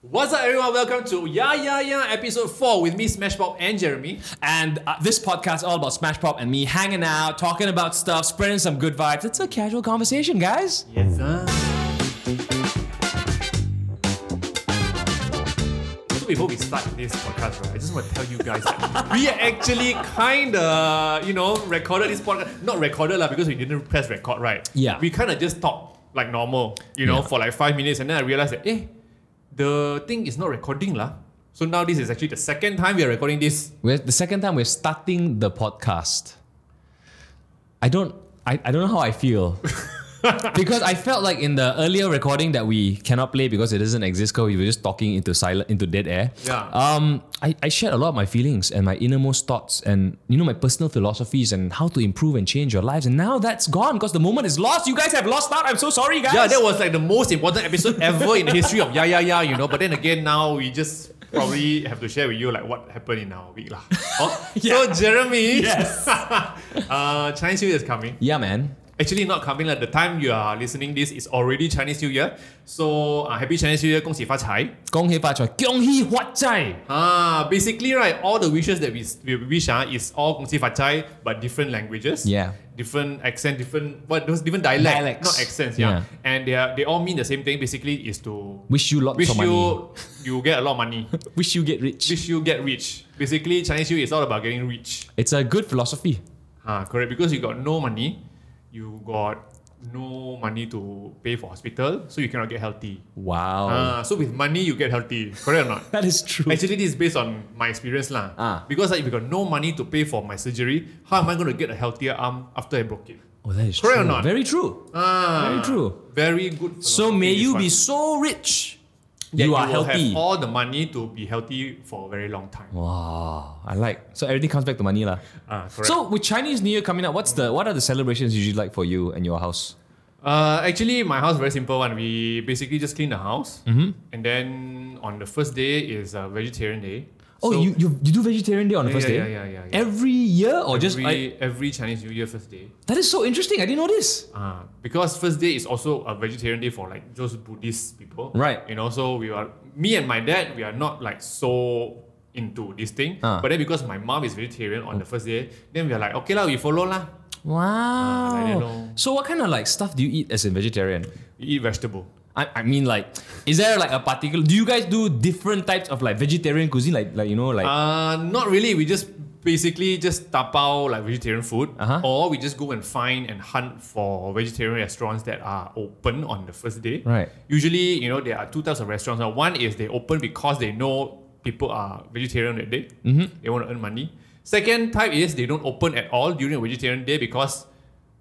What's up, everyone? Welcome to Yeah Yeah Yeah episode 4 with me, Smashpop, and Jeremy. And uh, this podcast is all about Smash Pop and me hanging out, talking about stuff, spreading some good vibes. It's a casual conversation, guys. Yes, sir. So, before we start this podcast, right, I just want to tell you guys that we actually kind of, you know, recorded this podcast. Not recorded, lah, because we didn't press record, right? Yeah. We kind of just talked like normal, you know, for like five minutes, and then I realized that, eh, the thing is not recording, lah. So, now this is actually the second time we are recording this. We're, the second time we're starting the podcast. I don't, I, I don't know how I feel. because I felt like in the earlier recording that we cannot play because it doesn't exist because we were just talking into silent into dead air. Yeah. Um, I, I shared a lot of my feelings and my innermost thoughts and you know my personal philosophies and how to improve and change your lives. And now that's gone because the moment is lost. You guys have lost out. I'm so sorry, guys. Yeah, that was like the most important episode ever in the history of Yeah Yeah Yeah, you know. But then again, now we just probably have to share with you like what happened in our week lah. Oh, So Jeremy, Yes. uh, Chinese New Year is coming. yeah, man. Actually, not coming. Like the time you are listening this is already Chinese New Year. So uh, happy Chinese New Year, 恭喜发财.恭喜发财，恭喜发财。 Ah, basically, right, all the wishes that we, we wish ah is all 恭喜发财, but different languages. Yeah. Different accent, different what those different dialect, Dialects. not accents. Yeah. Yeah. And they are, they all mean the same thing. Basically, is to Wish you lots wish of you money. you get a lot of money. Wish you get rich. wish you get rich. Basically, Chinese New Year is all about getting rich. It's a good philosophy. Ah, correct. Because you got no money, you got no money to pay for hospital, so you cannot get healthy. Wow. Ah, so with money you get healthy. Correct or not? that is true. Actually, this is based on my experience lah. Ah. Because like, if you got no money to pay for my surgery, how am I going to get a healthier arm after I broke it? oh, that is Correct true. or not? Very true. Ah, Very true. Very good. So philosophy, may this you one. be so rich, That you are will Have healthy. Oh. all the money to be healthy for a very long time. wow, I like. So everything comes back to money lah. Ah, correct. So with Chinese New Year coming up, what's the what are the celebrations usually like for you and your house? Uh, actually, my house very simple one. We basically just clean the house, Mm-hmm. and then on the first day is a vegetarian day. Oh, So you, you you do vegetarian day on the Yeah, first yeah, day yeah, yeah, yeah. every year or just every, like, every Chinese New Year first day. that is so interesting. I didn't know this. Uh, because first day is also a vegetarian day for like those Buddhist people, Right. You know, so we are me and my dad. We are not like so into this thing, Ah. but then because my mom is vegetarian on the first day, then we are like, okay lah, we follow lah. Uh, Wow. I didn't know. So what kind of like stuff do you eat as a vegetarian? We eat vegetable. I, I mean like is there like a particular do you guys do different types of like vegetarian cuisine like like you know like Uh, not really. We just basically just tapao like vegetarian food, Uh-huh. or we just go and find and hunt for vegetarian restaurants that are open on the first day. Right. Usually, you know, there are two types of restaurants. Now, One is they open because they know people are vegetarian that day. Mm-hmm. They want to earn money. Second type is they don't open at all during a vegetarian day because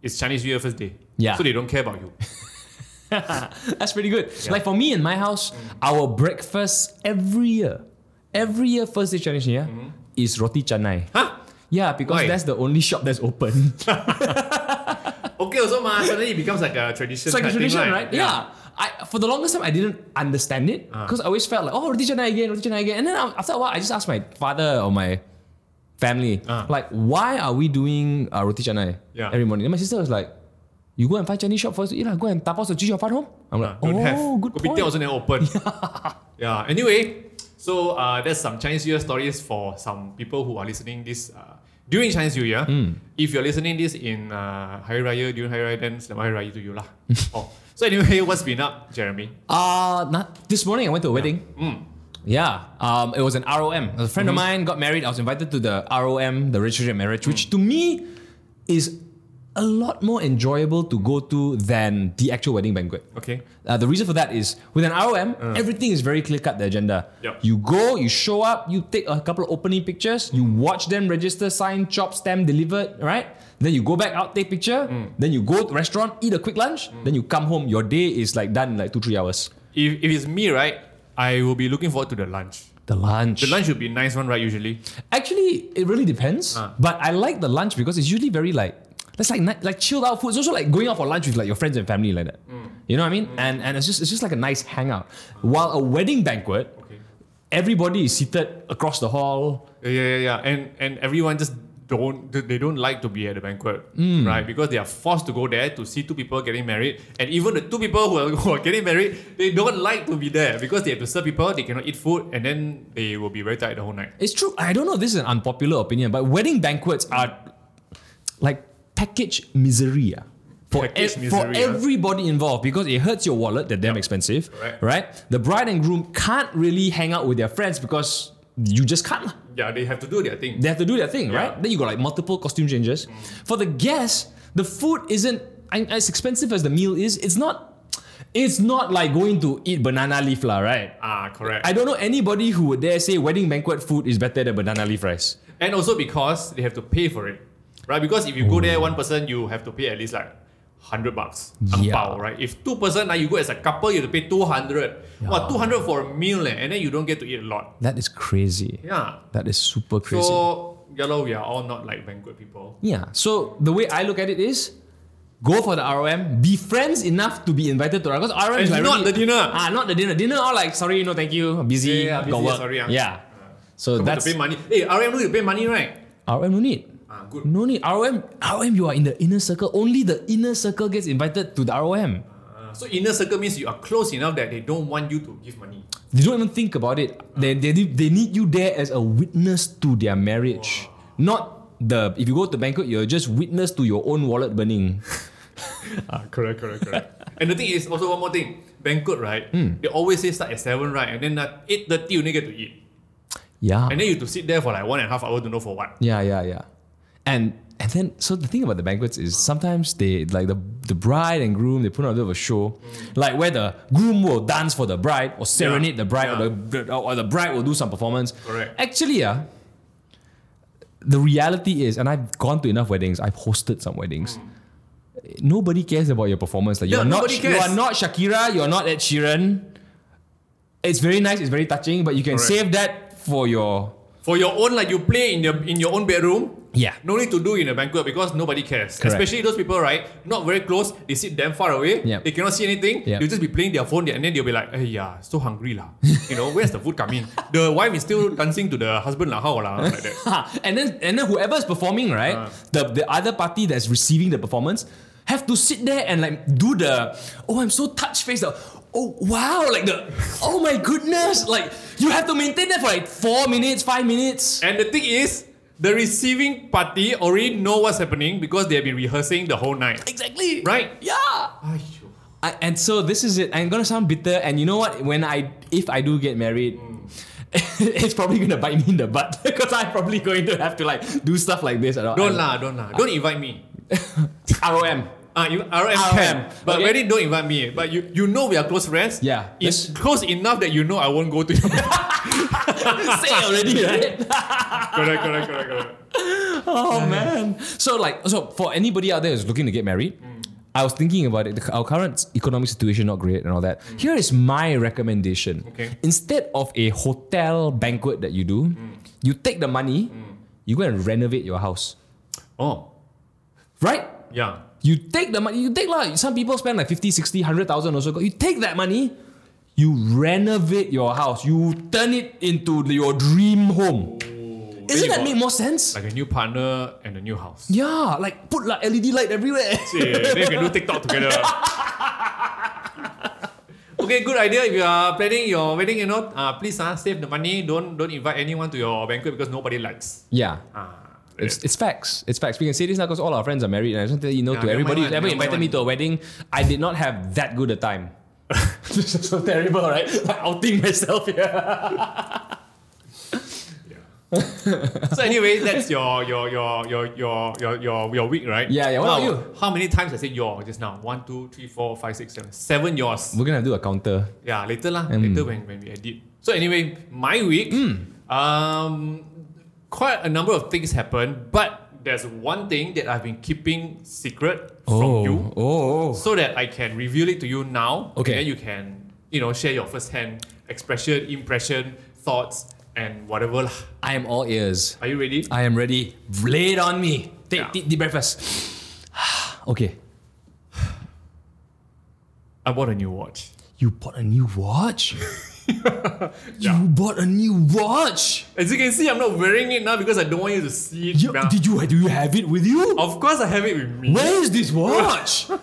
it's Chinese New Year first day. Yeah. So they don't care about you. that's pretty good. Like for me in my house, our breakfast every year, every year first day Chinese New Year is roti canai. huh? Yeah, Mm-hmm. Why? because that's the only shop that's open. Okay, also, ma, suddenly it becomes like a tradition. it's like a kind of thing, tradition, right? Yeah. I, for the longest time, I didn't understand it Ah. because I always felt like, oh, roti canai again, roti canai again. And then I- after a while, I just asked my father or my family, Ah. like, why are we doing uh, roti canai Yeah. every morning? And my sister was like, you go and find Chinese shop first, eat lah. Go and tapao the cheese your fat home. I'm like, Uh, don't oh, have. good Kopitiam point. also never open. yeah. Anyway, so uh, there's some Chinese New Year stories for some people who are listening this uh, during Chinese New Year. Hmm. If you're listening this in uh, Hari Raya, during Hari Raya, then Selamat Hari Raya to you lah. oh. So anyway, what's been up, Jeremy? Uh, not, this morning I went to a wedding. Mm. Mm-hmm. Yeah, um, it was an ROM. A friend of mine got married. I was invited to the ROM, the registry of marriage, Mm. which to me is a lot more enjoyable to go to than the actual wedding banquet. Okay. Uh. Uh, the reason for that is with an ROM, everything is very clear cut the agenda. Yup. You go, you show up, you take a couple of opening pictures, you watch them register, sign, chop, stamp, deliver, right? Then you go back out, take picture, Mm. then you go to restaurant, eat a quick lunch, then you come home. Your day is like done in like two, three hours. If, if it's me, right, I will be looking forward to the lunch. The lunch. The lunch should be nice one, right? Usually. Actually, it really depends. Ah. But I like the lunch because it's usually very like that's like ni- like chilled out food. It's also like going out for lunch with like your friends and family like that. Mm. You know what I mean? And and it's just it's just like a nice hangout. While a wedding banquet, Okay. everybody is seated across the hall. Yeah, yeah, yeah. And and everyone just don't th- they don't like to be at the banquet, Hmm. right? Because they are forced to go there to see two people getting married, and even the two people who are, who are getting married, they don't like to be there because they have to serve people, they cannot eat food, and then they will be very tired the whole night. It's true. I don't know if this is an unpopular opinion, but wedding banquets are like package misery ah, for, Package ev- misery, for ah. everybody involved because it hurts your wallet. They're damn expensive, correct. right? The bride and groom can't really hang out with their friends because you just can't. lah. Yeah, they have to do their thing. They have to do their thing, Yeah. right? Then you got like multiple costume changes. For the guests, the food isn't I- as expensive as the meal is. It's not. It's not like going to eat banana leaf, lah, right? Ah, correct. I don't know anybody who would dare say wedding banquet food is better than banana leaf rice. and also because they have to pay for it, right? Because if you go there Oh. one person, you have to pay at least like hundred bucks, Yeah. bao, right? If two person, now you go as a couple, you have to pay two hundred. Wow, two hundred for a meal, eh, and then you don't get to eat a lot. That is crazy. Yeah. That is super crazy. So yellow, we are all not like banquet people. yeah. So the way I look at it is go for the ROM, be friends enough to be invited to because ROM is It's like not really- the dinner. Ah, not the dinner. Dinner all like sorry, no thank you. Busy, Yeah, yeah, busy, got work. sorry, ah. yeah. So But that's to pay money. Hey, RM no need to pay money, right? ROM no need. Ah, good. No need. ROM ROM you are in the inner circle. Only the inner circle gets invited to the ROM. Ah, so inner circle means you are close enough that they don't want you to give money. They don't even think about it. They, they, they need you there as a witness to their marriage. Not the if you go to banquet, you're just witness to your own wallet burning. Ah, correct, correct, correct. Hmm. and the thing is also one more thing. Banquet, right? They always say start at seven, right? And then at eight thirty you only get to eat. Yeah. And then you have to sit there for like one and a half hour to know for what. Yeah, yeah, yeah. And and then so the thing about the banquets is sometimes they like the the bride and groom they put on a bit of a show, Mm. like where the groom will dance for the bride or serenade the bride yeah. or the or the bride will do some performance. Correct. Actually, yeah. The reality is, and I've gone to enough weddings. I've hosted some weddings. Nobody cares about your performance. Like you Yeah, are not, Mm. nobody you cares. are not Shakira. You are not Ed Sheeran. It's very nice. It's very touching, but you can Correct. save that for your For your own, like you play in your in your own bedroom. yeah. No need to do in a banquet because nobody cares. Correct. Especially those people, right? Not very close. They sit damn far away. Yep. They cannot see anything. Yep. They'll just be playing their phone and then they'll be like, hey, yeah, so hungry lah. you know, where's the food coming? The wife is still dancing to the husband lah, how lah, like that. Ha, and then and then whoever's performing, right? Uh. the the other party that's receiving the performance have to sit there and like do the oh I'm so touch faced. Oh wow, like the oh my goodness, like you have to maintain that for like four minutes, five minutes. And the thing is, the receiving party already know what's happening because they have been rehearsing the whole night. Exactly. Right. Yeah. I, and so this is it. I'm gonna sound bitter, and you know what? When I if I do get married, it's probably gonna bite me in the butt because I'm probably going to have to like do stuff like this. Don't lah, don't lah. Don't invite me. ROM. Ah, you RM, RM, can, but okay. really don't invite me. But you, you know we are close friends. Yeah, it's close enough that you know I won't go to your. correct, Say it already, right? correct, correct, correct. Oh man. So like so for anybody out there who's looking to get married, Mm. I was thinking about it. The- Our current economic situation not great and all that. Here is my recommendation. Mm. Okay. Mm. Instead of a hotel banquet that you do, you take the money, you go and renovate your house. Oh, Right? yeah. You take the money, you take like some people spend like 50, 60, 100,000 or so. You take that money, you renovate your house, you turn it into your dream home. Oh. Isn't really that got- make more sense? Like a new partner and a new house. yeah, like put like LED light everywhere. Yeah, then we can do TikTok together. okay, good idea. If you are planning your wedding, you know, uh, please uh, save the money. Don't don't invite anyone to your banquet because nobody likes. Yeah. Ah, It's, it's facts. It's facts. We can say this now because all our friends are married, and I just want to let you know Yeah, to never everybody mind, who's ever never invited mind. me to a wedding, I did not have that good a time. this is so terrible, right? Like outing myself here. so anyway, that's your your your your your your your, your week, right? Yeah, yeah. What Now, about you? How many times I said your just now? One, two, three, four, five, six, seven. Seven yours. We're gonna do a counter. Yeah, later lah. Mm. Later when, when we edit. So anyway, my week, um, quite a number of things happened, but there's one thing that I've been keeping secret from you, Oh. so that I can reveal it to you now. Okay. And then you can, you know, share your first-hand expression, impression, thoughts, and whatever lah. I am all ears. Are you ready? I am ready. Lay it on me. Yeah. Take deep, deep breath first. okay. I bought a new watch. You bought a new watch? Yeah. You bought a new watch. As you can see, I'm not wearing it now because I don't want you to see it. You, now. Did you do you have it with you? of course, I have it with me. Where is this watch? oh,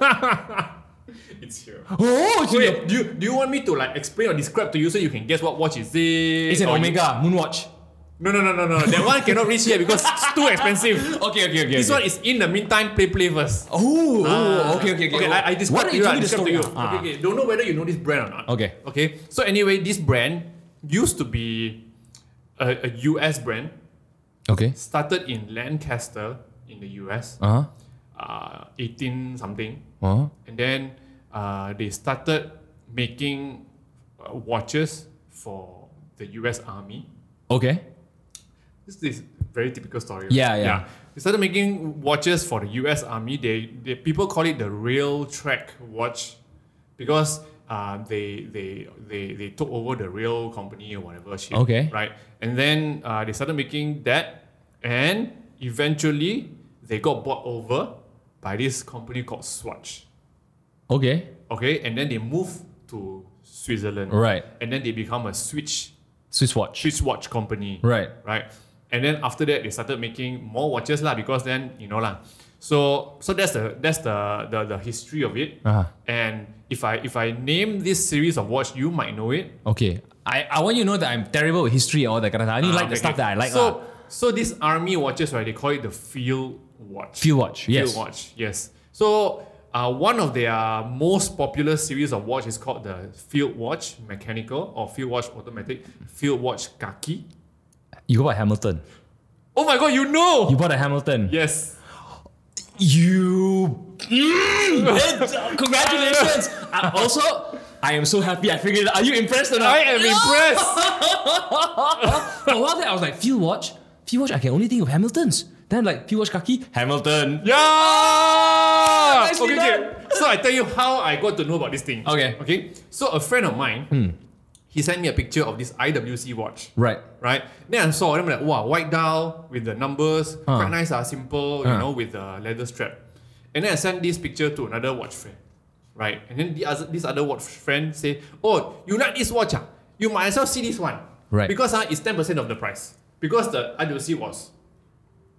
It's here. it's, in Wait, your- do you, do you want me to like explain or describe to you so you can guess what watch is it? it's an Or you- Omega Moonwatch. No, no, no, no, no. That one cannot reach here because it's too expensive. Okay, okay, okay. This one is in the meantime. Play, play first. Oh, Ah. oh, okay, okay, okay. Okay, I, I describe Why to don't you. I tell me the describe to story you. now? Ah. Okay, okay. Don't know whether you know this brand or not. Okay. Okay. So anyway, this brand used to be a, a US brand. Okay. Started in Lancaster in the US, Uh huh. uh, 18 something, Uh huh. and then uh, they started making uh, watches for the US Army. Okay. This is very typical story. Yeah, yeah. They started making watches for the U.S. Army. They, they people call it the rail track watch because uh, they, they they they took over the rail company or whatever shit. Okay. Right, and then uh, they started making that, and eventually they got bought over by this company called Swatch. Okay. Okay, and then they moved to Switzerland. Right. And then they become a Switch Swiss watch. Swiss watch company Right. right? And then after that, they started making more watches lah because then you know lah. So so that's the that's the the, the history of it. Uh huh. And if I if I name this series of watch, you might know it. Okay. I, I want you to know that I'm terrible with history and all that kind of stuff. I only Ah, like the okay, stuff okay. that I like. So lah. so these army watches, right? They call it the field watch. Field watch. Yes. Field watch. Yes. So. Uh, one of their most popular series of watch is called the Field Watch Mechanical or Field Watch Automatic, Field Watch Kaki. You bought a Hamilton. Oh my god, you know! You bought a Hamilton. yes. You. Mm, congratulations. I- also, I am so happy I figured it out. Are you impressed or not? I am impressed! For a while there, I was like, Field watch? Field watch, I can only think of Hamilton's. Then I'm like, Field watch khaki? Hamilton. Yeah. Nicely okay, okay. So I tell you how I got to know about this thing. Okay. Hmm. Okay. So a friend of mine, he sent me a picture of this IWC watch. Right. Right. Then I saw them like, wow, white dial with the numbers, quite nice, uh, simple, you Huh. know, with the leather strap. And then I sent this picture to another watch friend. Right. And then the other, this other watch friend say, oh, you like this watch? Ah? You might as well see this one. Right. Because uh, it's 10% of the price. Because the IWC was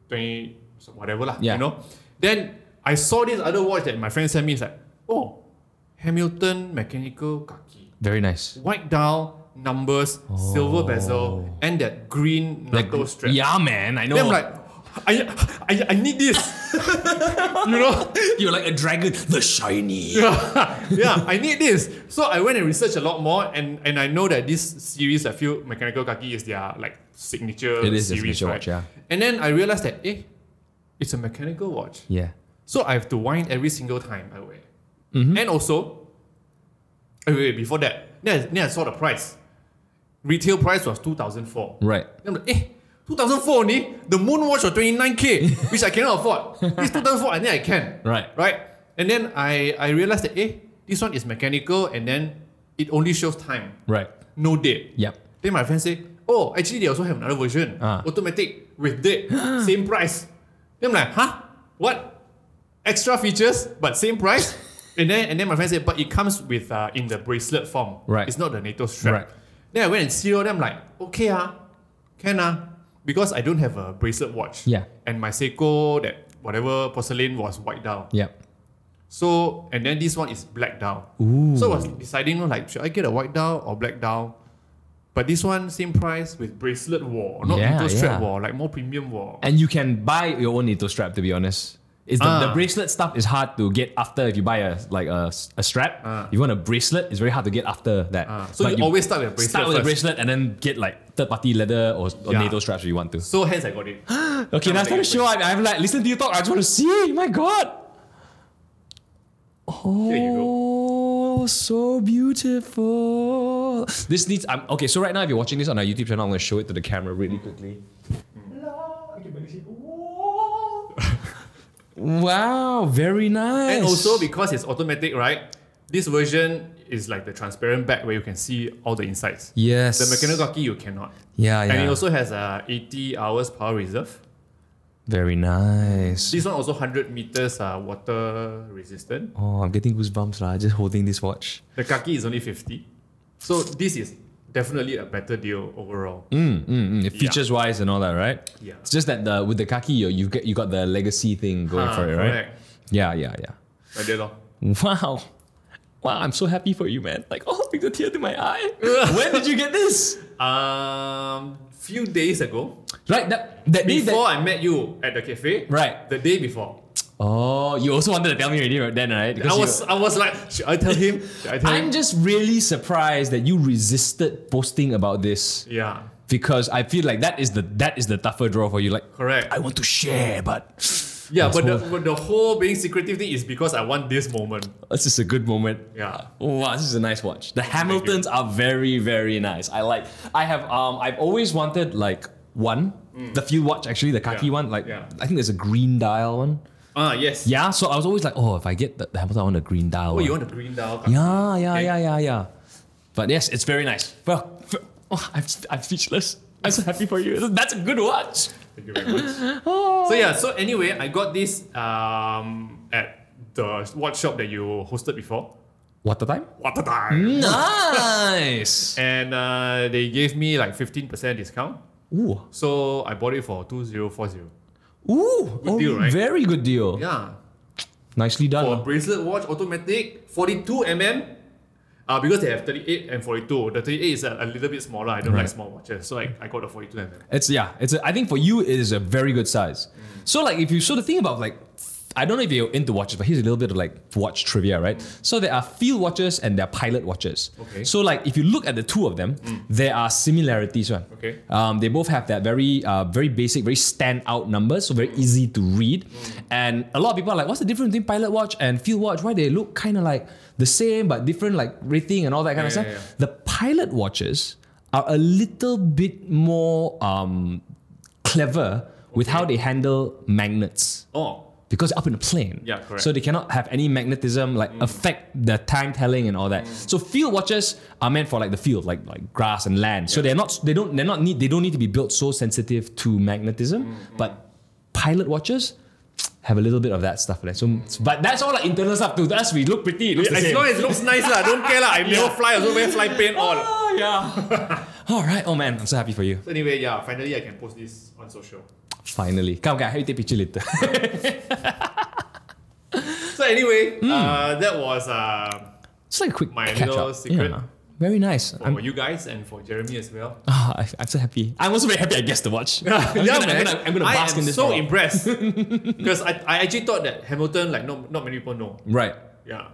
20 so whatever lah, Yeah. you know. Then I saw this other watch that my friend sent me. It's like, oh, Hamilton mechanical kaki, Very nice. white dial numbers, silver bezel, and that green knuckle strap. Oh. Yeah, man. I know. Then I'm like, I, I, I need this, you know. You're like a dragon. The shiny. yeah, I need this. So I went and researched a lot more, and and I know that this series, I feel Mechanical Kaki is their like signature It is their series, signature right? watch, yeah. And then I realized that, eh, it's a mechanical watch. Yeah. So I have to wind every single time I wear. Mm-hmm. And also, eh, wait, wait, before that, then I, then I saw the price. Retail price was 2004. Right. Then I'm like, eh, 2004 only? The moon watch was 29k, which I cannot afford. This 2004, I think I can. Right. Right? And then I, I realized that, eh, this one is mechanical and then it only shows time, Right. no date. Yep. Then my friend say, oh, actually they also have another version, Ah. automatic with date, same price. Then I'm like, huh? What? Extra features but same price? and then and then my friend said, but it comes with uh, in the bracelet form. Right. It's not the NATO strap. Right. Then I went and see all them like, okay ah, can ah, because I don't have a bracelet watch. Yeah. And my Seiko that whatever porcelain was white down. Yep. So and then this one is black down. Ooh. So I was deciding you know, like should I get a white dial or black dial? But this one same price with bracelet wall, not Yeah, little strap yeah. wall, like more premium wall. and you can buy your own NATO strap. To be honest, it's the, Ah. the bracelet stuff is hard to get after. If you buy a like a, s- a strap, Ah. if you want a bracelet, it's very hard to get after that. Ah, so But you, always start with a bracelet start with a first. bracelet and then get like third party leather or, or Yeah. NATO straps if you want to. So hence I got it. Okay, Now now I time to think show up. I'm like, listen to you talk. I just want to see. My God. Oh, Here you so beautiful. This needs. I'm okay. So right now, if you're watching this on our YouTube channel, I'm gonna show it to the camera really quickly. Wow, very nice. and also because it's automatic, right? This version is like the transparent back where you can see all the insides. yes, The mechanical key you cannot. Yeah, yeah. And it also has a 80 hours power reserve. very nice. This one also 100 meters uh, water resistant. oh, I'm getting goosebumps lah. Just holding this watch. The kaki is only 50. So this is definitely a better deal overall. Mm, mm, mm. Features wise and all that, right? Yeah. It's just that the with the khaki, you you get you got the legacy thing going Ah, for it, right? correct. Yeah, yeah, yeah. Like that lor. Wow. Wow, I'm so happy for you, man. Like, oh, bring a tear to my eye. when did you get this? Um, few days ago, Right, that that day before that, I met you at the cafe, Right. the day before, Oh, you also wanted to tell me already right then, right? Because I you- was I was like, should I tell him? Should I tell I'm him? just really surprised that you resisted posting about this Yeah, because I feel like that is the that is the tougher draw for you. Like, correct. I want to share, but yeah, but the, asshole. but the whole being secretive thing is because I want this moment. this is a good moment. Yeah. Wow, this is a nice watch. The Hamiltons are very, very nice. I like. I have. Um, I've always wanted like one, the field watch actually, the Mm. khaki Yeah, one. Like, yeah. I think there's a green dial one. Ah yes. Yeah. So I was always like, oh, if I get the, the Hamilton, I want a green Oh, dial. one. you want the green dial? Yeah, yeah, Okay. yeah, yeah, yeah. But yes, it's very nice. Well, f- oh, I'm, I'm speechless. I'm so happy for you. That's a good watch. Thank you very much. so yeah, so anyway, I got this um at the watch shop that you hosted before. What the time? What the Hmm. time? Nice. And uh, they gave me like fifteen percent discount. Ooh, So I bought it for two zero four zero. ooh, Good deal, oh, right? very good deal. Yeah. Nicely done. For a bracelet watch, automatic, 42 mm. Uh, because they have 38 and 42. The 38 is a, a little bit smaller. I don't like Right. small watches. So I, I got the 42 mm. It's yeah. It's a, I think for you it is a very good size. So like if you sort of think about like I don't know if you're into watches, but here's a little bit of like watch trivia, right? So there are field watches and there are pilot watches. Mm. Okay. Mm. So like if you look at the two of them, there are similarities, right? Okay. Um, they both have that very uh, very basic, very standout numbers, so very easy to read. And a lot of people are like, what's the difference between pilot watch and field watch? Why they look kind of like the same but different, like rating and all that kind of Yeah, stuff. yeah, yeah. The pilot watches are a little bit more um, clever with how they handle magnets Oh, because they're up in a plane. Yeah, correct. Mm. So they cannot have any magnetism like affect the time telling and all that. So field watches are meant for like the field, like like grass and land. So they're not they don't they're not need they don't need to be built so sensitive to magnetism. Mm, But pilot watches have a little bit of that stuff there. So but that's all like internal stuff to us. We look pretty. It looks the as same. long as it looks nice, lah. don't care. lah. I never fly, also wear fly paint all. Ah, yeah. all right. Oh man, I'm so happy for you. So anyway, yeah, finally I can post this on social. Finally. Come, guy, help you take picture later. So anyway, Hmm. uh, that was uh, it's like a quick My catch little up. secret. Yeah. Very nice. for I'm, you guys and for Jeremy as well. ah, I, I'm so happy. I'm also very happy I guessed the watch. I'm, yeah, gonna, I'm man. gonna, I'm gonna I bask am in this. so for a while. impressed because I, I actually thought that Hamilton, like not not many people know. right. Yeah,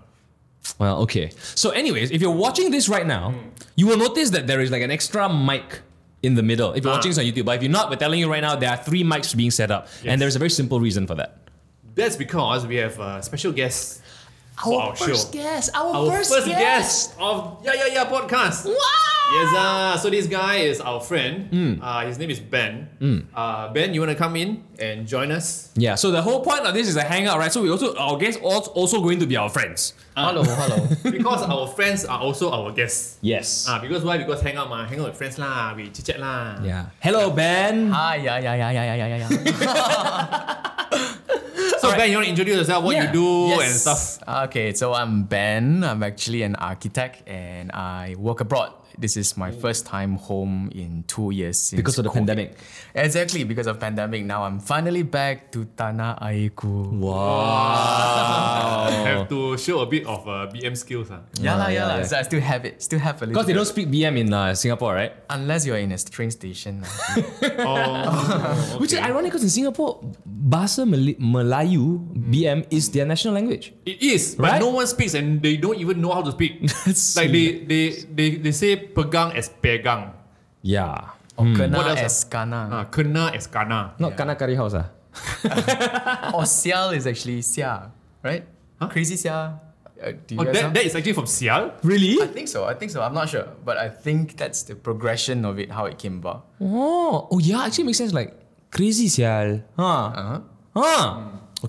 Well, okay. So, anyways, if you're watching this right now, Hmm. you will notice that there is like an extra mic in the middle. If you're Ah. watching this on YouTube, but if you're not, we're telling you right now there are three mics being set up, Yes. and there's a very simple reason for that. that's because we have a special guest for our show. guest. Our, our first, guest. of Yeah Yeah Yeah podcast. Wow. Yes, uh, so this guy is our friend. Hmm. Uh, his name is Ben. Uh, ben, you want to come in and join us? Yeah. So the whole point of this is a hangout, right? So we also our guests al- also going to be our friends. Hello, hello. because our friends are also our guests. Yes. Uh, because why? Because hang out, ma. hang out with friends, lah. we chit chat. lah. yeah. Hello, Ben. Hi, Ah, yeah, yeah, yeah, yeah, yeah, yeah, yeah. So, Ben, you want to introduce yourself, what you Yeah. do, Yes. and stuff. Okay, so I'm Ben. I'm actually an architect, and I work abroad. This is my first time home in two years since Because of the COVID. pandemic. Exactly because of pandemic. Now I'm finally back to Tanah Airku. Uh, Have to show a bit of uh, BM skills. ah. Yeah, lah, yeah, yeah, lah. yeah. So I still have it. Still have a little. Because they bit. don't speak BM in uh, Singapore, right? unless you're in a train station. lah. Oh, Which is okay. ironic because in Singapore, Bahasa Mel- Melayu BM is their national language. It is, Right? but no one speaks and they don't even know how to speak. It's- like they, they, they, they say pegang as pegang. Yeah. Hmm. or Oh, Kena What else, ah? as Kana. Uh, kena as kana. Mm, Not Kana Kari House, ah. Or Oh, Sial is actually Sia, right? Crazy Sia. Uh, do you Oh, guys know? that, that is actually from Sial? Really? I think so. I think so. I'm not sure, but I think that's the progression of it, how it came about. Oh, oh yeah, actually makes sense. Like, crazy sial. Huh. Uh-huh. Huh.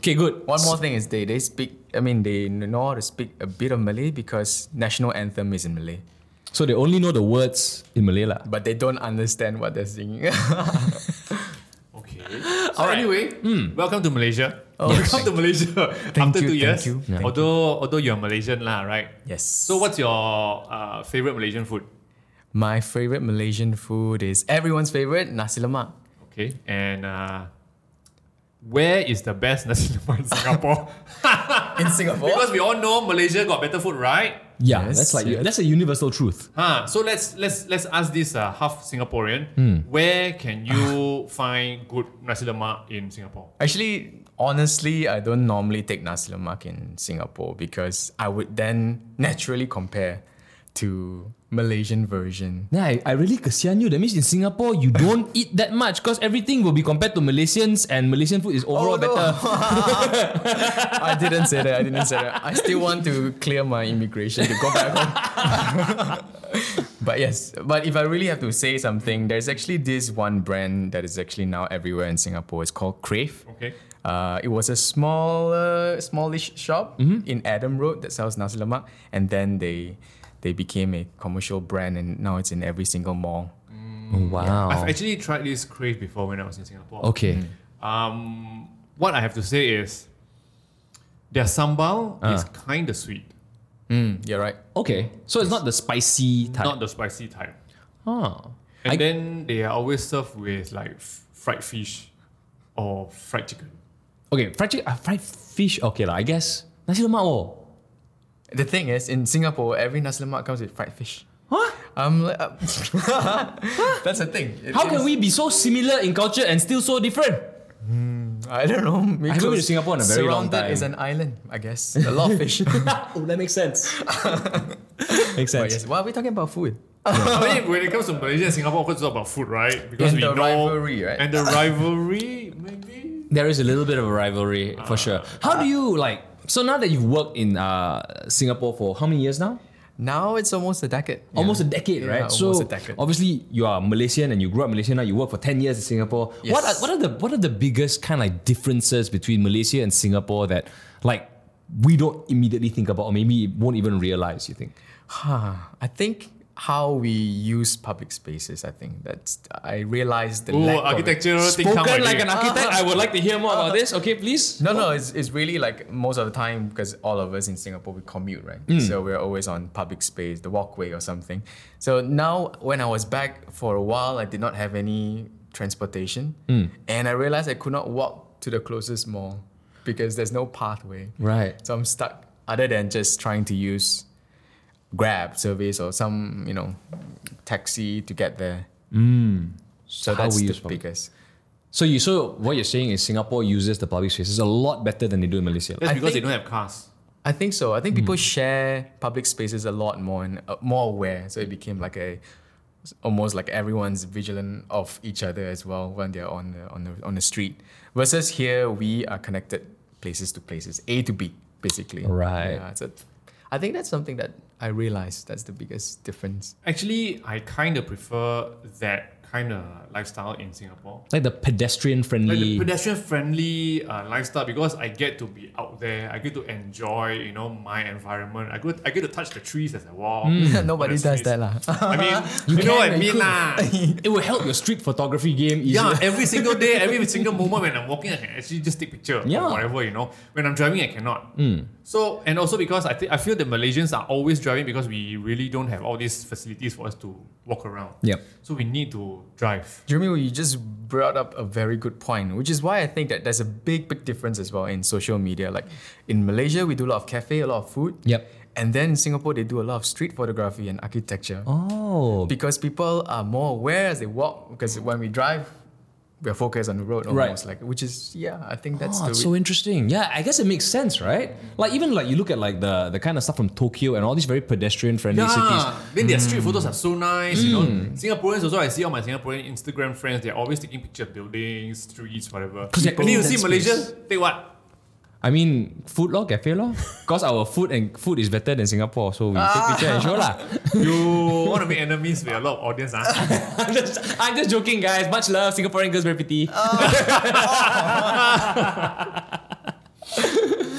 Okay, good. One more thing is they they speak. I mean, they know how to speak a bit of Malay because national anthem is in Malay, So they only know the words in Malay lah. but they don't understand what they're singing. Okay. So anyway, welcome to Malaysia. Welcome to Malaysia after Hmm. Oh, two you, thank years. you, thank although although you're Malaysian lah, right? yes. So what's your uh, favorite Malaysian food? My favorite Malaysian food is everyone's favorite nasi lemak. Okay, and uh, where is the best nasi lemak in Singapore? In Singapore, because we all know Malaysia got better food, right? Yeah, Yes, that's like yes. that's a universal truth. Huh. So let's let's let's ask this uh, half Singaporean. Hmm. Where can Ah. you find good nasi lemak in Singapore? Actually, honestly, I don't normally take nasi lemak in Singapore because I would then naturally compare to Malaysian version. Yeah, I, I really kasihan you. That means in Singapore you don't eat that much because everything will be compared to Malaysians and Malaysian food is overall Oh, no. better. I didn't say that. I didn't say that. I still want to clear my immigration to go back home. but yes, but if I really have to say something, there's actually this one brand that is actually now everywhere in Singapore. It's called Crave. Okay. Uh, it was a smaller, smallish shop Mm-hmm. in Adam Road that sells nasi lemak, and then they they became a commercial brand, and now it's in every single mall. I've Oh, Oh. Wow. actually tried this crave before when I was in Singapore. Okay. Mm. Um, what I have to say is their sambal Ah. is kind of sweet, Mm, you're right. Okay. So it's not the spicy type. not the spicy type. oh. And I- then they are always served with like f- fried fish or fried chicken. Okay, fried chicken, uh, fried fish. Okay lah, I guess nasi lemak. Oh. The thing is, in Singapore, every nasi lemak comes with fried fish. Huh? Um, like, uh, that's the thing. It How can is- we be so similar in culture and still so different? I don't know. been I to Singapore in a very long time. is an island, I guess. A lot of fish. but oh, that makes sense. makes yes, why are we talking about food? I mean, when it comes to Malaysia and Singapore, of course, it's all about food, right? Because And the rivalry, right? And the rivalry, maybe. There is a little bit of a rivalry for sure. How do you like? So now that you've worked in uh, Singapore for how many years now? Now it's almost a decade. Yeah. Almost a decade, Yeah, right? Almost so a decade. obviously you are Malaysian and you grew up Malaysian. Now you work for ten years in Singapore. What are, Yes. what are the what are the biggest kind of like differences between Malaysia and Singapore that like we don't immediately think about or maybe won't even realize? You think? Huh. I think how we use public spaces, I think that's. I realized the Oh, lack of it. architectural thing. come Spoken already. like an architect. I would like to hear more about this. Okay, please. No, no, it's, it's really like most of the time because all of us in Singapore we commute, right? So we're always on public space, the walkway or something. So now, when I was back for a while, I did not have any transportation, and I realized I could not walk to the closest mall because there's no pathway. Right. So I'm stuck. Other than just trying to use Grab service or some, you know, taxi to get there. So How that's we the use public- biggest. So you so what you're saying is Singapore uses the public spaces a lot better than they do in Malaysia. That's I because think- they don't have cars. I think so. I think people share public spaces a lot more and uh, more aware. So it became like a almost like everyone's vigilant of each other as well when they're on the, on the on the street. Versus here, we are connected places to places, A to B, basically. Right. Yeah. So I think that's something that I realized. That's the biggest difference. Actually, I kind of prefer that kind of lifestyle in Singapore. Like the pedestrian Like friendly. the pedestrian friendly uh, lifestyle because I get to be out there, I get to enjoy, you know, my environment. I get I get to touch the trees as I walk. Hmm. Nobody Honestly, does that lah. I mean, you, know can, what I you mean, could. lah. it will help your street photography game easier. Yeah, every single day, every single moment when I'm walking, I can actually just take picture Yeah. Mm. or whatever, you know. When I'm driving, I cannot. So, and also because I, think I feel the Malaysians are always driving because we really don't have all these facilities for us to walk around. Yep. So we need to drive. Jeremy, you just brought up a very good point, which is why I think that there's a big, big difference as well in social media. Like in Malaysia, we do a lot of cafe, a lot of food. Yep. And then in Singapore, they do a lot of street photography and architecture Oh. because people are more aware as they walk. Because when we drive, we're focused on the road Right. almost, like which is yeah, I think that's Oh, it's the so interesting. Yeah, I guess it makes sense, right? Like even like you look at like the the kind of stuff from Tokyo and all these very pedestrian friendly cities. Then their Mm. street photos are so nice, you know. Singaporeans also, I see all my Singaporean Instagram friends, they're always taking picture of buildings, streets, whatever. they're And then you open see space. Malaysians, they what? I mean, food law, cafe law. Because our food and food is better than Singapore, so we take picture and show lah. You want to make enemies with a lot of audience, ah? I'm just, I'm just joking, guys. Much love, Singaporean girls very pretty.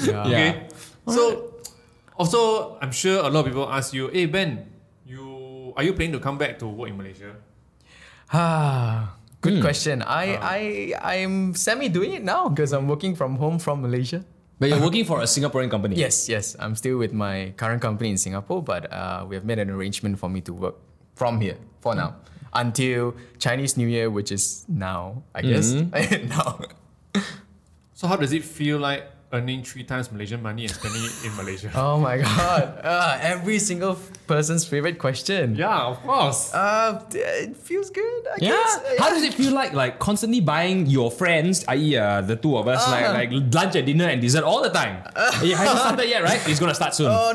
yeah. Okay. So, also, I'm sure a lot of people ask you, hey, Ben, you are you planning to come back to work in Malaysia? Ah, Hmm. good question. I Ah. I I'm semi doing it now because I'm working from home from Malaysia. But you're working for a Singaporean company. Yes, yes. I'm still with my current company in Singapore, but uh, we have made an arrangement for me to work from here for now until Chinese New Year, which is now, I guess. Mm-hmm. now. So how does it feel like earning three times Malaysian money and spending it in Malaysia? Oh my god. Uh, every single person's favorite question. Yeah, of course. Uh, d- it feels good, I Yeah. guess. How does it feel like, like constantly buying your friends, i.e., uh, the two of us, Uh-huh. like, like lunch and dinner and dessert all the time? it hasn't started yet, right? It's gonna start soon. Uh-huh.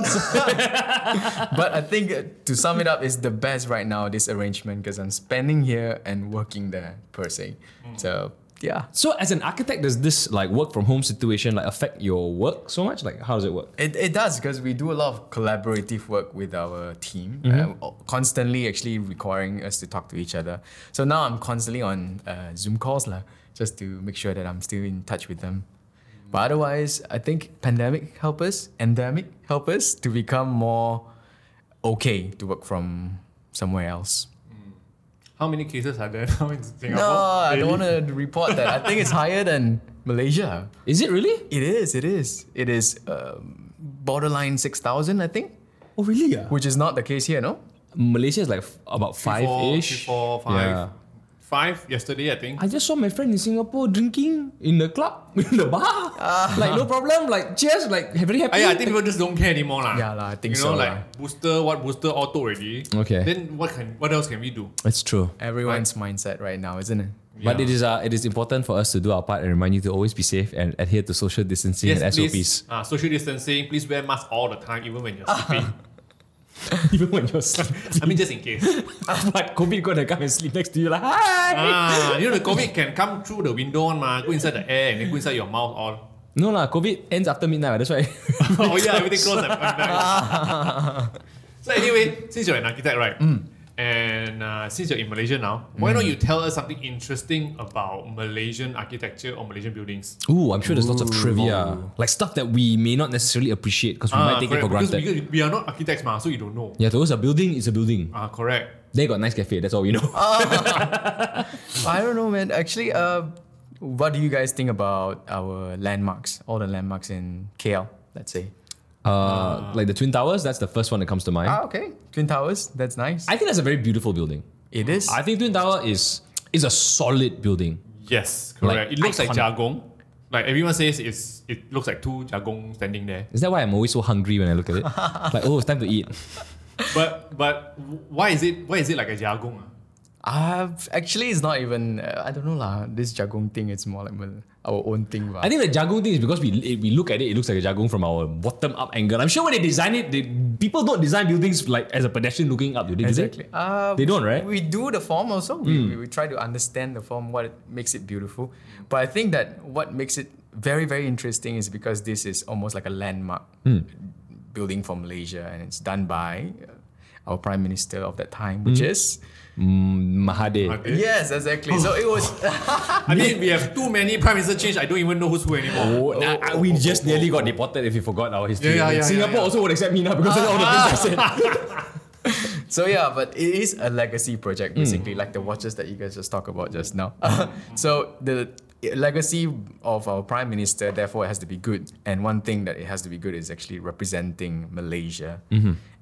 but I think uh, to sum it up, it's the best right now, this arrangement, because I'm spending here and working there per se. Mm. So, yeah. so, as an architect, does this like work from home situation like affect your work so much? Like, how does it work? It, it does because we do a lot of collaborative work with our team, uh, constantly actually requiring us to talk to each other. So now I'm constantly on uh, Zoom calls lah, just to make sure that I'm still in touch with them. But otherwise, I think pandemic help us, endemic help us to become more okay to work from somewhere else. How many cases are there now in Singapore? No, I don't Really? want to report that. I think it's higher than Malaysia. Is it really? It is. It is. It is um, borderline six thousand, I think, Oh, really? Yeah. which is not the case here, no. Malaysia is like f- about five Four, ish. ah? three, four, five. Yeah. Five yesterday, I think. Ah, I just saw my friend in Singapore drinking in the club, in the bar. Like, no problem. Like, cheers. Like, very happy. Ah, Uh-huh. yeah, I think people just don't care anymore. lah. Yeah, lah, I think you know, so, like lah. booster, what booster auto already. Okay. Then what can what else can we do? It's true. Everyone's mindset right now, isn't it? But it is uh, it is important for us to do our part and remind you to always be safe and adhere to social distancing and please. SOPs. Ah, social distancing. Please wear mask all the time, even when you're Ah. sleeping. Even when you're I sleeping. mean, just in case. but COVID gonna come and sleep next to you like, hi! ah, you know the COVID can come through the window one, ma. Go inside the air and then go inside your mouth all. No lah, COVID ends after midnight. That's why. oh yeah, everything closed. at one time. so anyway, since you're an architect, right? Mm. And uh, since you're in Malaysia now, why don't you tell us something interesting about Malaysian architecture or Malaysian buildings? Ooh, I'm sure there's lots of trivia, like stuff that we may not necessarily appreciate because we Ah, might take it correct, because, for granted. because Mm. we are not architects, ma, so you don't know. yeah, those a building is a building. Ah, correct. They got nice cafe. That's all we know. Ah. I don't know, man. Actually, uh, what do you guys think about our landmarks? All the landmarks in KL, let's say. Uh, like the Twin Towers, that's the first one that comes to mind. Ah, okay. Twin Towers. That's nice. I think that's a very beautiful building. it is. I think Twin Tower is is a solid building. Yes, Like, correct. it looks like iconic. jargong. Like everyone says, it's it looks like two jargong standing there. Is that why I'm always so hungry when I look at it? like, oh, it's time to eat. But but why is it why is it like a jargong? ah? I've, actually, it's not even. Uh, I don't know lah. This jagong thing. It's more like well, our own thing. I But think the jagung thing is because we eh, we look at it, it looks like a jagung from our bottom up angle. I'm sure when they design it, they, people don't design buildings like as a pedestrian looking up. Do they? Do they? Exactly. Uh, They don't, right? We do the form also. We, we, we try to understand the form, what it makes it beautiful. But I think that what makes it very, very interesting is because this is almost like a landmark building from Malaysia and it's done by uh, our prime minister of that time, which is. Mm, Mahathir. Okay. Yes, exactly. So it was. I mean, we have too many prime minister change. I don't even know who's who anymore. Oh, nah, ah, we just nearly got deported if you forgot our history. oh. Yeah, yeah, yeah, Singapore yeah, yeah. also would accept me now because of all the things I said. So yeah, but it is a legacy project basically, like the watches that you guys just talked about just now. so the legacy of our prime minister, therefore, it has to be good. And one thing that it has to be good is actually representing Malaysia.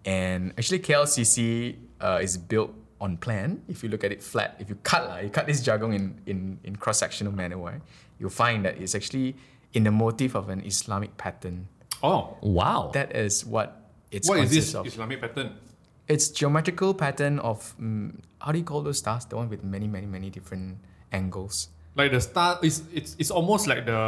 And actually, KLCC uh, is built on plan. If you look at it flat, if you cut lah, you cut this jargon in in, in cross sectional manner, right? You'll find that it's actually in the motif of an Islamic pattern. Oh, Wow. That is what it's what is consists this of Islamic pattern? it's geometrical pattern of mm, how do you call those stars? The one with many, many, many different angles. Like the star is it's it's almost like the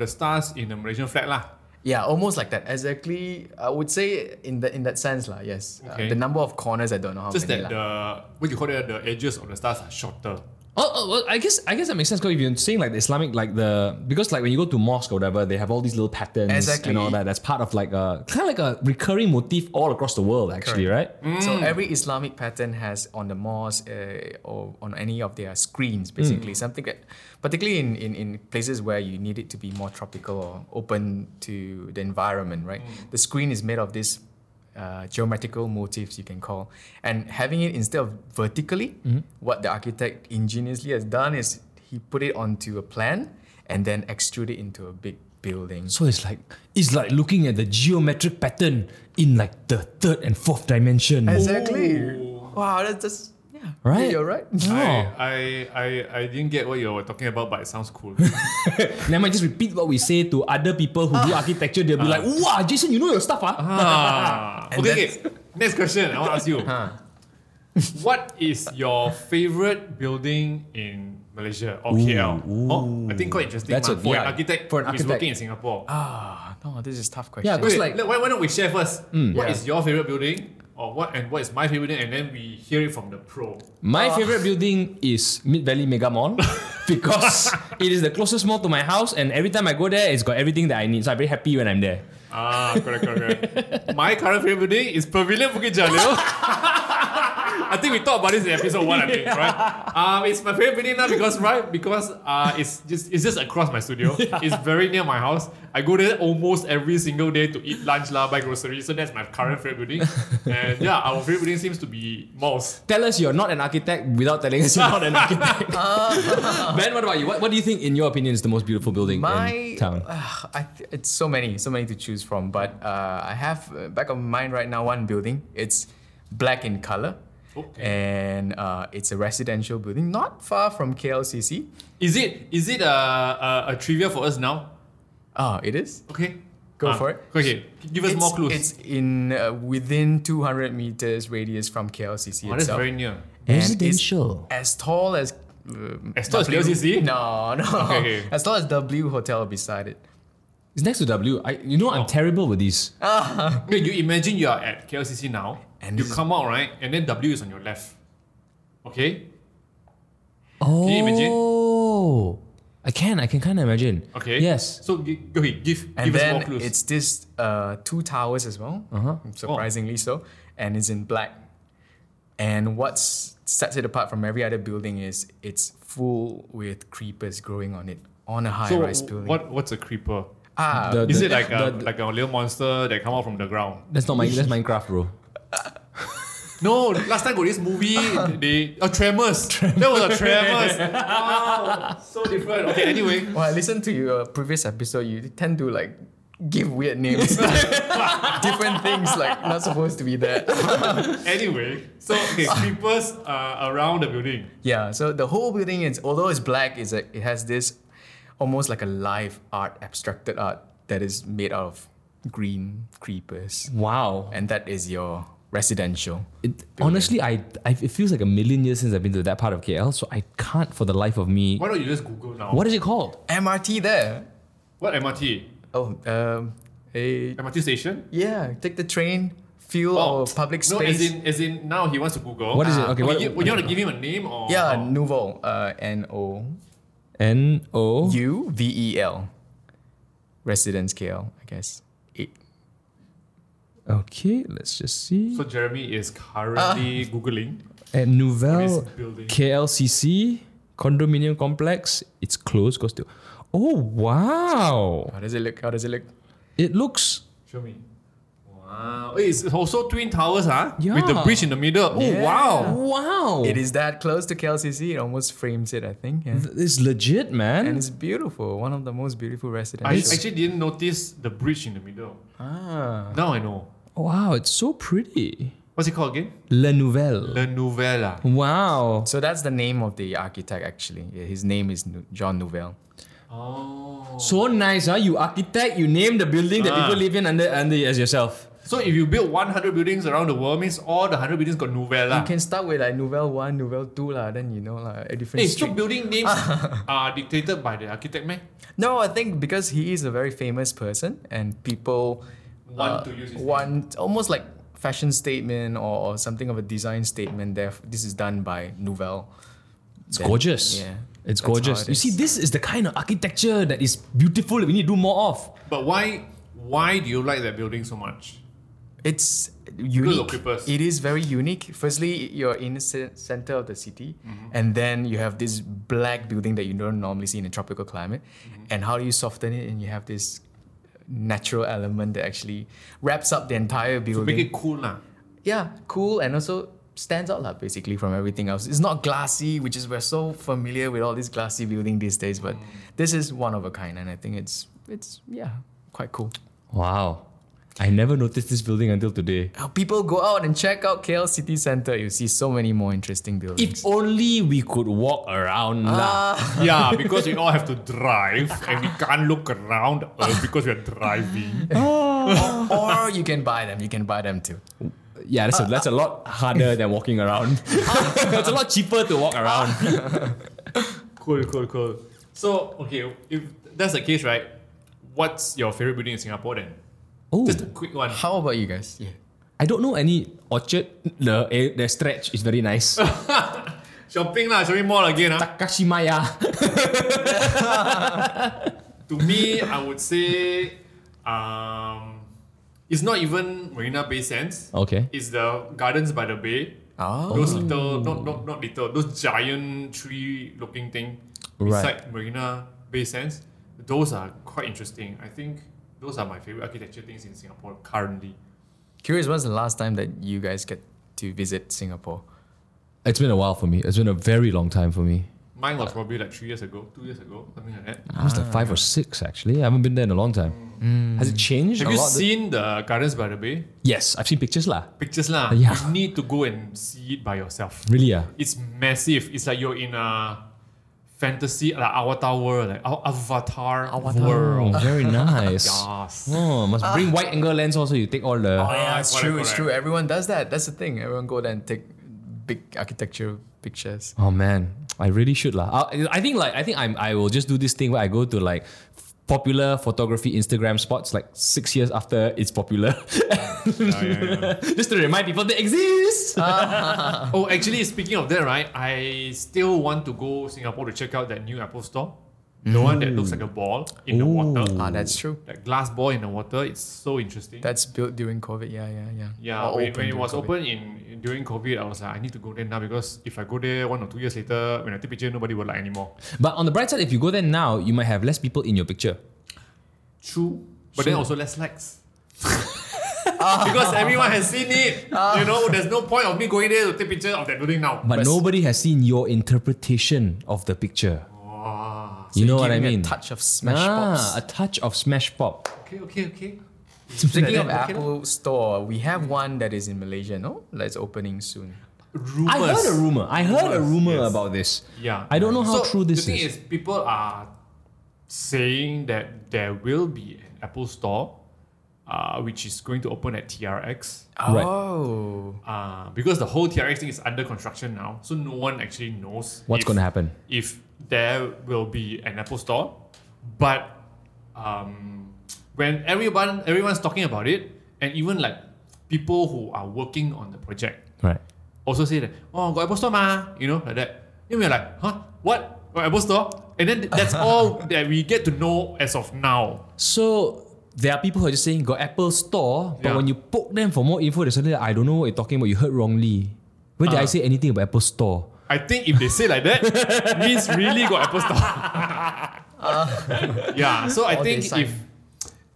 the stars in the Malaysian flag lah. Yeah, almost like that. Exactly, I would say in that in that sense lah. Yes, Uh, Okay. the number of corners I don't know how Just many that lah. the what you call it the edges of the stars are shorter. Oh, oh, well, I guess I guess that makes sense because if you're saying like the Islamic, like the because like when you go to mosque or whatever, they have all these little patterns Exactly. and all that. That's part of like a kind of like a recurring motif all across the world, actually, right? So every Islamic pattern has on the mosque uh, or on any of their screens, basically Mm. something that, particularly in, in, in places where you need it to be more tropical or open to the environment, right? Mm. The screen is made of this uh, geometrical motifs you can call, and having it instead of vertically, Mm-hmm. what the architect ingeniously has done is he put it onto a plan and then extrude it into a big building. So it's like it's like looking at the geometric pattern in like the third and fourth dimension. Exactly. Oh. Wow, that's just yeah. Right? Mm-hmm. You're right. No. I, I, I, I didn't get what you were talking about, but it sounds cool. Never mind, just repeat what we say to other people who Ah. do architecture. They'll be like, wow, Jason, you know your stuff, ah. ah, And okay, okay. Next question. I want to ask you. What is your favorite building in Malaysia or KL? Oh, I think quite interesting. That's one a- for an yeah, architect for an who's architect. working in Singapore. Ah, no, this is tough question. Yeah, Wait, because like, look, why, why don't we share first? What is Mm. Yeah. your favorite building, or what and what is my favorite building, and then we hear it from the pro. my favorite building is Mid Valley Mega Mall because it is the closest mall to my house, and every time I go there, it's got everything that I need. So I'm very happy when I'm there. Ah, correct, correct, correct. My current favorite building is Pavilion Bukit Jalil. I think we talked about this in episode one, I think, right? Um, it's my favorite building now because, right, because uh, it's just it's just across my studio. It's very near my house. I go there almost every single day to eat lunch, lah, buy groceries. So that's my current favorite building. And yeah, our favorite building seems to be malls. Tell us you're not an architect without telling us you're not an architect. ben, what about you? What, what do you think, in your opinion, is the most beautiful building Ah. My in town? ah, I th- it's so many, so many to choose from. But uh, I have uh, back of mind right now one building. It's black in color, Okay. and uh, it's a residential building, not far from KLCC. Is it is it a, a, a trivia for us now? Ah, it is. Okay. Go Ah, for it. Okay. Give us it's, more clues. It's in uh, within 200 meters radius from KLCC oh, that's itself. very near. And it's Residential. As tall as. uh, As tall as W- KLCC? No, no. Okay, okay. As tall as W Hotel beside it. It's next to W. I, you know, Oh. I'm terrible with these. Wait, you imagine you are at KLCC now, And and you this is- come out right, and then W is on your left. Okay. Oh. you imagine? I can. I can kind of imagine. Okay. Yes. So gi- okay, give And give us then more clues. Uh-huh. it's this uh, two towers as well, surprisingly so, and it's in black. And what sets it apart from every other building is it's full with creepers growing on it on a so high-rise building. what what's a creeper? Ah, The- Uh, Is the- it like a the- like a little monster that come out from the ground? That's not my. That's Minecraft, bro. No, last time got this movie, they oh Tremors. That was a Tremors. wow, so different. Okay, anyway. Well, I listened to your previous episode. You tend to like give weird names, different things like not supposed to be there. Anyway, so okay, creepers uh, around the building. Yeah. So the whole building is, although it's black, is like it has this almost like a live art, abstracted art that is made out of green creepers, Wow. and that is your residential. It, honestly, I, I it feels like a million years since I've been to that part of KL, so I can't for the life of me. Why don't you just Google now? what is it called? MRT there. What MRT? Oh, um, hey, MRT station? yeah. Take the train, fuel or public no, space. as in, as in now he wants to Google. What is it? Ah, Okay, you- what- you, want to give him a name or? Oh. yeah, or- Nouvel. Uh, N O N O. U V E L. Residence KL, I guess. It, Okay, let's just see. So Jeremy is currently googling. At this Nouvelle building. KLCC condominium complex. It's closed. Goes to. Oh wow! how does it look? How does it look? It looks. Show me. Wow. Eh, It's also twin towers, huh? Yeah. With the bridge in the middle. Oh wow. Wow! It is that close to KLCC. It almost frames it, I think. Yeah. It's legit, man. And it's beautiful. One of the most beautiful residential. I actually didn't notice the bridge in the middle. ah. Now I know. Wow, it's so pretty. What's it called again? La Nouvelle. La Nouvelle. Wow. So that's the name of the architect, actually. Yeah, His name is Nu- John Nouvel. Oh. So nice, huh? You architect, you name the building that Ah. people live in under under as yourself. So if you build 100 buildings around the world, means all the 100 buildings got Nouvelle. Eh, lah. You can start with like Nouvel 1, Nouvel 2, lah. then you know, like a different Hey, so street. building names are dictated by the architect, man. No, I think because he is a very famous person and people uh, Want to use his name. want almost like fashion statement or, or something of a design statement. There, this is done by Nouvelle. It's gorgeous. yeah, It's that's how gorgeous. it you see, is. this is the kind of architecture that is beautiful that we need to do more of. But why why do you like that building so much? It's of unique. creepers. It is very unique. Firstly, you're in the ce- center of the city, Mm-hmm. and then you have this black building that you don't normally see in a tropical climate. Mm-hmm. And how do you soften it? And you have this natural element that actually wraps up the entire building. Make it cool lah. yeah, cool and also stands out like basically from everything else. It's not glassy, which is we're so familiar with all this glassy building these days, but Mm. this is one of a kind and I think it's it's yeah, quite cool. Wow. I never noticed this building until today. Uh, People go out and check out KL City Centre. You see so many more interesting If buildings. only we could walk around lah. Ah, Yeah, because we all have to drive and we can't look around uh, because we're driving. or you can buy them. You can buy them too. Yeah, that's a, that's a lot harder than walking around. it's a lot cheaper to walk around. Cool, cool, cool. So, okay, if that's the case, right? What's your favorite building in Singapore then? Oh, Just a quick one. How about you guys? Yeah. I don't know any orchard. The eh, the stretch is very nice. Shopping lah, shopping mall again. Huh? Takashimaya. to me, I would say um, it's not even Marina Bay Sands. Okay. It's the Gardens by the Bay. Oh. Those little, not, not, not little, those giant tree looking thing Right. beside Marina Bay Sands. Those are quite interesting. I think those are my favorite architecture things in Singapore currently. Curious, when's the last time that you guys get to visit Singapore? It's been a while for me. It's been a very long time for me. Mine was probably like three years ago, two years ago, something like that. I was like five or six actually. I haven't been there in a long time. Has it changed? Have a you lot? seen the Gardens by the Bay? yes, I've seen pictures lah. Pictures lah. Yeah. You need to go and see it by yourself. Really yeah. It's massive. It's like you're in a fantasy, like Avatar world, like Av- Avatar, world. Oh, very nice. Yes. Oh, must bring wide angle lens also. You take all the. Oh yeah, it's correct, true. It's correct. true. Everyone does that. That's the thing. Everyone go there and take big architecture pictures. Oh man, I really should lah. I, I think like I think I'm I will just do this thing where I go to like f- popular photography Instagram spots like six years after it's popular, Yeah, yeah, yeah. just to remind people they exist. oh, actually, speaking of that, right? I still want to go Singapore to check out that new Apple Store. The one that looks like a ball in the water. Ah, that's true. That glass ball in the water. It's so interesting. That's built during COVID. Yeah, yeah, yeah. yeah, Or when, when Oh, open it during was COVID. open in, in- during COVID, I was like, I need to go there now because if I go there one or two years later, when I take picture, nobody will like anymore. but on the bright side, if you go there now, you might have less people in your picture. True. But then also less likes. because everyone has seen it. you know, there's no point of me going there to take picture of that building now. But, But- nobody has seen your interpretation of the picture. Ah, you know what I mean? Giving A touch of smash ah, pops. a touch of smash pop. okay, okay, okay. Speaking like of that, okay Apple Store, we have one that is in Malaysia. No, that's opening soon. Rumors. I heard a rumor. I heard a Rumors, rumor yes. about this. Yeah. I don't know how So, true this the thing is. is. people are saying that there will be an Apple store, uh, which is going to open at TRX. Right. Oh, Uh, because the whole TRX thing is under construction now, so no one actually knows What's if- gonna happen? if there will be an Apple Store. But um, when everyone everyone's talking about it, and even like people who are working on the project Right. also say that oh got Apple Store ma, you know like that. And we're like huh what got Apple Store? And then that's all that we get to know as of now. So there are people who are just saying got Apple Store, but Yeah. when you poke them for more info, they suddenly like, I don't know what you're talking about. You heard wrongly. When did I say anything about Apple Store? I think if they say like that, means really got Apple Store. yeah, so I Or they think sign. if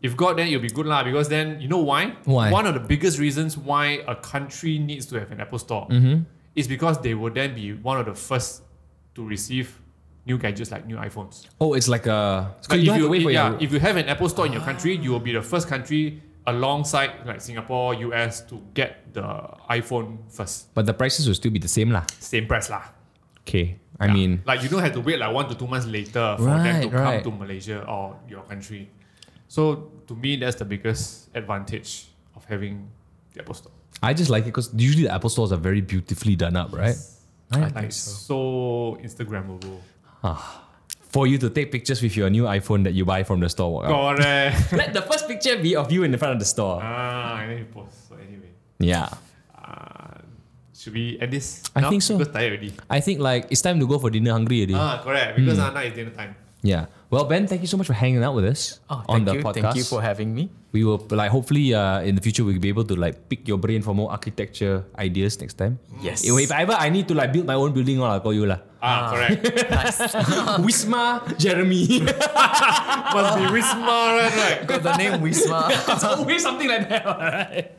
if got then it'll be good lah because then you know why? Why? One of the biggest reasons why a country needs to have an Apple Store Mm-hmm. is because they will then be one of the first to receive new gadgets like new iPhones. Oh, it's like a. it's Like you have to wait for yeah, your- if you have an Apple Store in your country, you will be the first country alongside like Singapore, US to get the iPhone first. But the prices will still be the same lah. Same price lah. Okay. I Yeah. mean, like you don't have to wait like one to two months later for Mm. Right, them to right. come to Malaysia or your country. So to me, that's the biggest advantage of having the Apple Store. I just like it because usually the Apple stores are very beautifully done up, right? I think it's so. Instagrammable. For you to take pictures with your new iPhone that you buy from the store. walk out. Correct. Let the first picture be of you in the front of the store. ah, and then you post. So anyway, Yeah. uh, should we end this? I now? think so. Because tired already. I think like it's time to go for dinner hungry already. Ah, correct. Because Hmm. ah, now it's dinner time. yeah. Well, Ben, thank you so much for hanging out with us oh, on thank the you. podcast. Thank you for having me. we will like hopefully uh, in the future we'll be able to like pick your brain for more architecture ideas next time. Yes. If if ever I need to like build my own building, all I'll call you lah. Ah, correct. Wisma Jeremy. Must be Wisma, right? right. Got the name Wisma. it's always something like that. Right?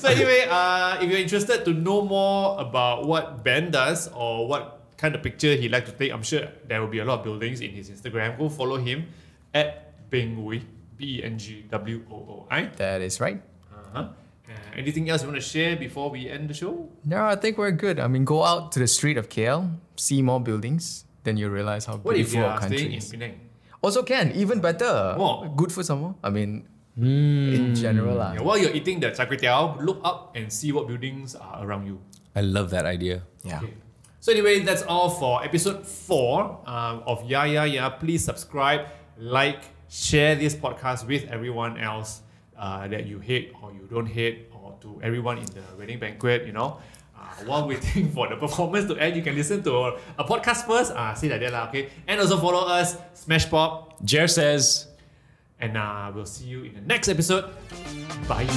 So anyway, uh, if you're interested to know more about what Ben does or what kind of picture he likes to take, I'm sure there will be a lot of buildings in his Instagram. Go follow him at Bengwui, B E N G W O O I. that is right. Uh-huh. Uh, anything else you want to share before we end the show? No, I think we're good. I mean, go out to the street of KL, see more buildings, then you realize how What if you beautiful our are country staying in is. Penang? Also, can even better. Wow. Good for someone. I mean, in general, lah. Hmm. Yeah, while you're eating the char kway teow, look up and see what buildings are around you. I love that idea. Yeah. Okay. So anyway, that's all for episode four um, of Yeah Yeah Yeah. Please subscribe, like, share this podcast with everyone else uh, that you hate or you don't hate, or to everyone in the wedding banquet. You know, uh, while waiting for the performance to end, you can listen to a, a podcast first. Uh, see like that lah, okay. And also follow us, Smash Pop, Jer says. and uh, we'll see you in the next episode. Bye.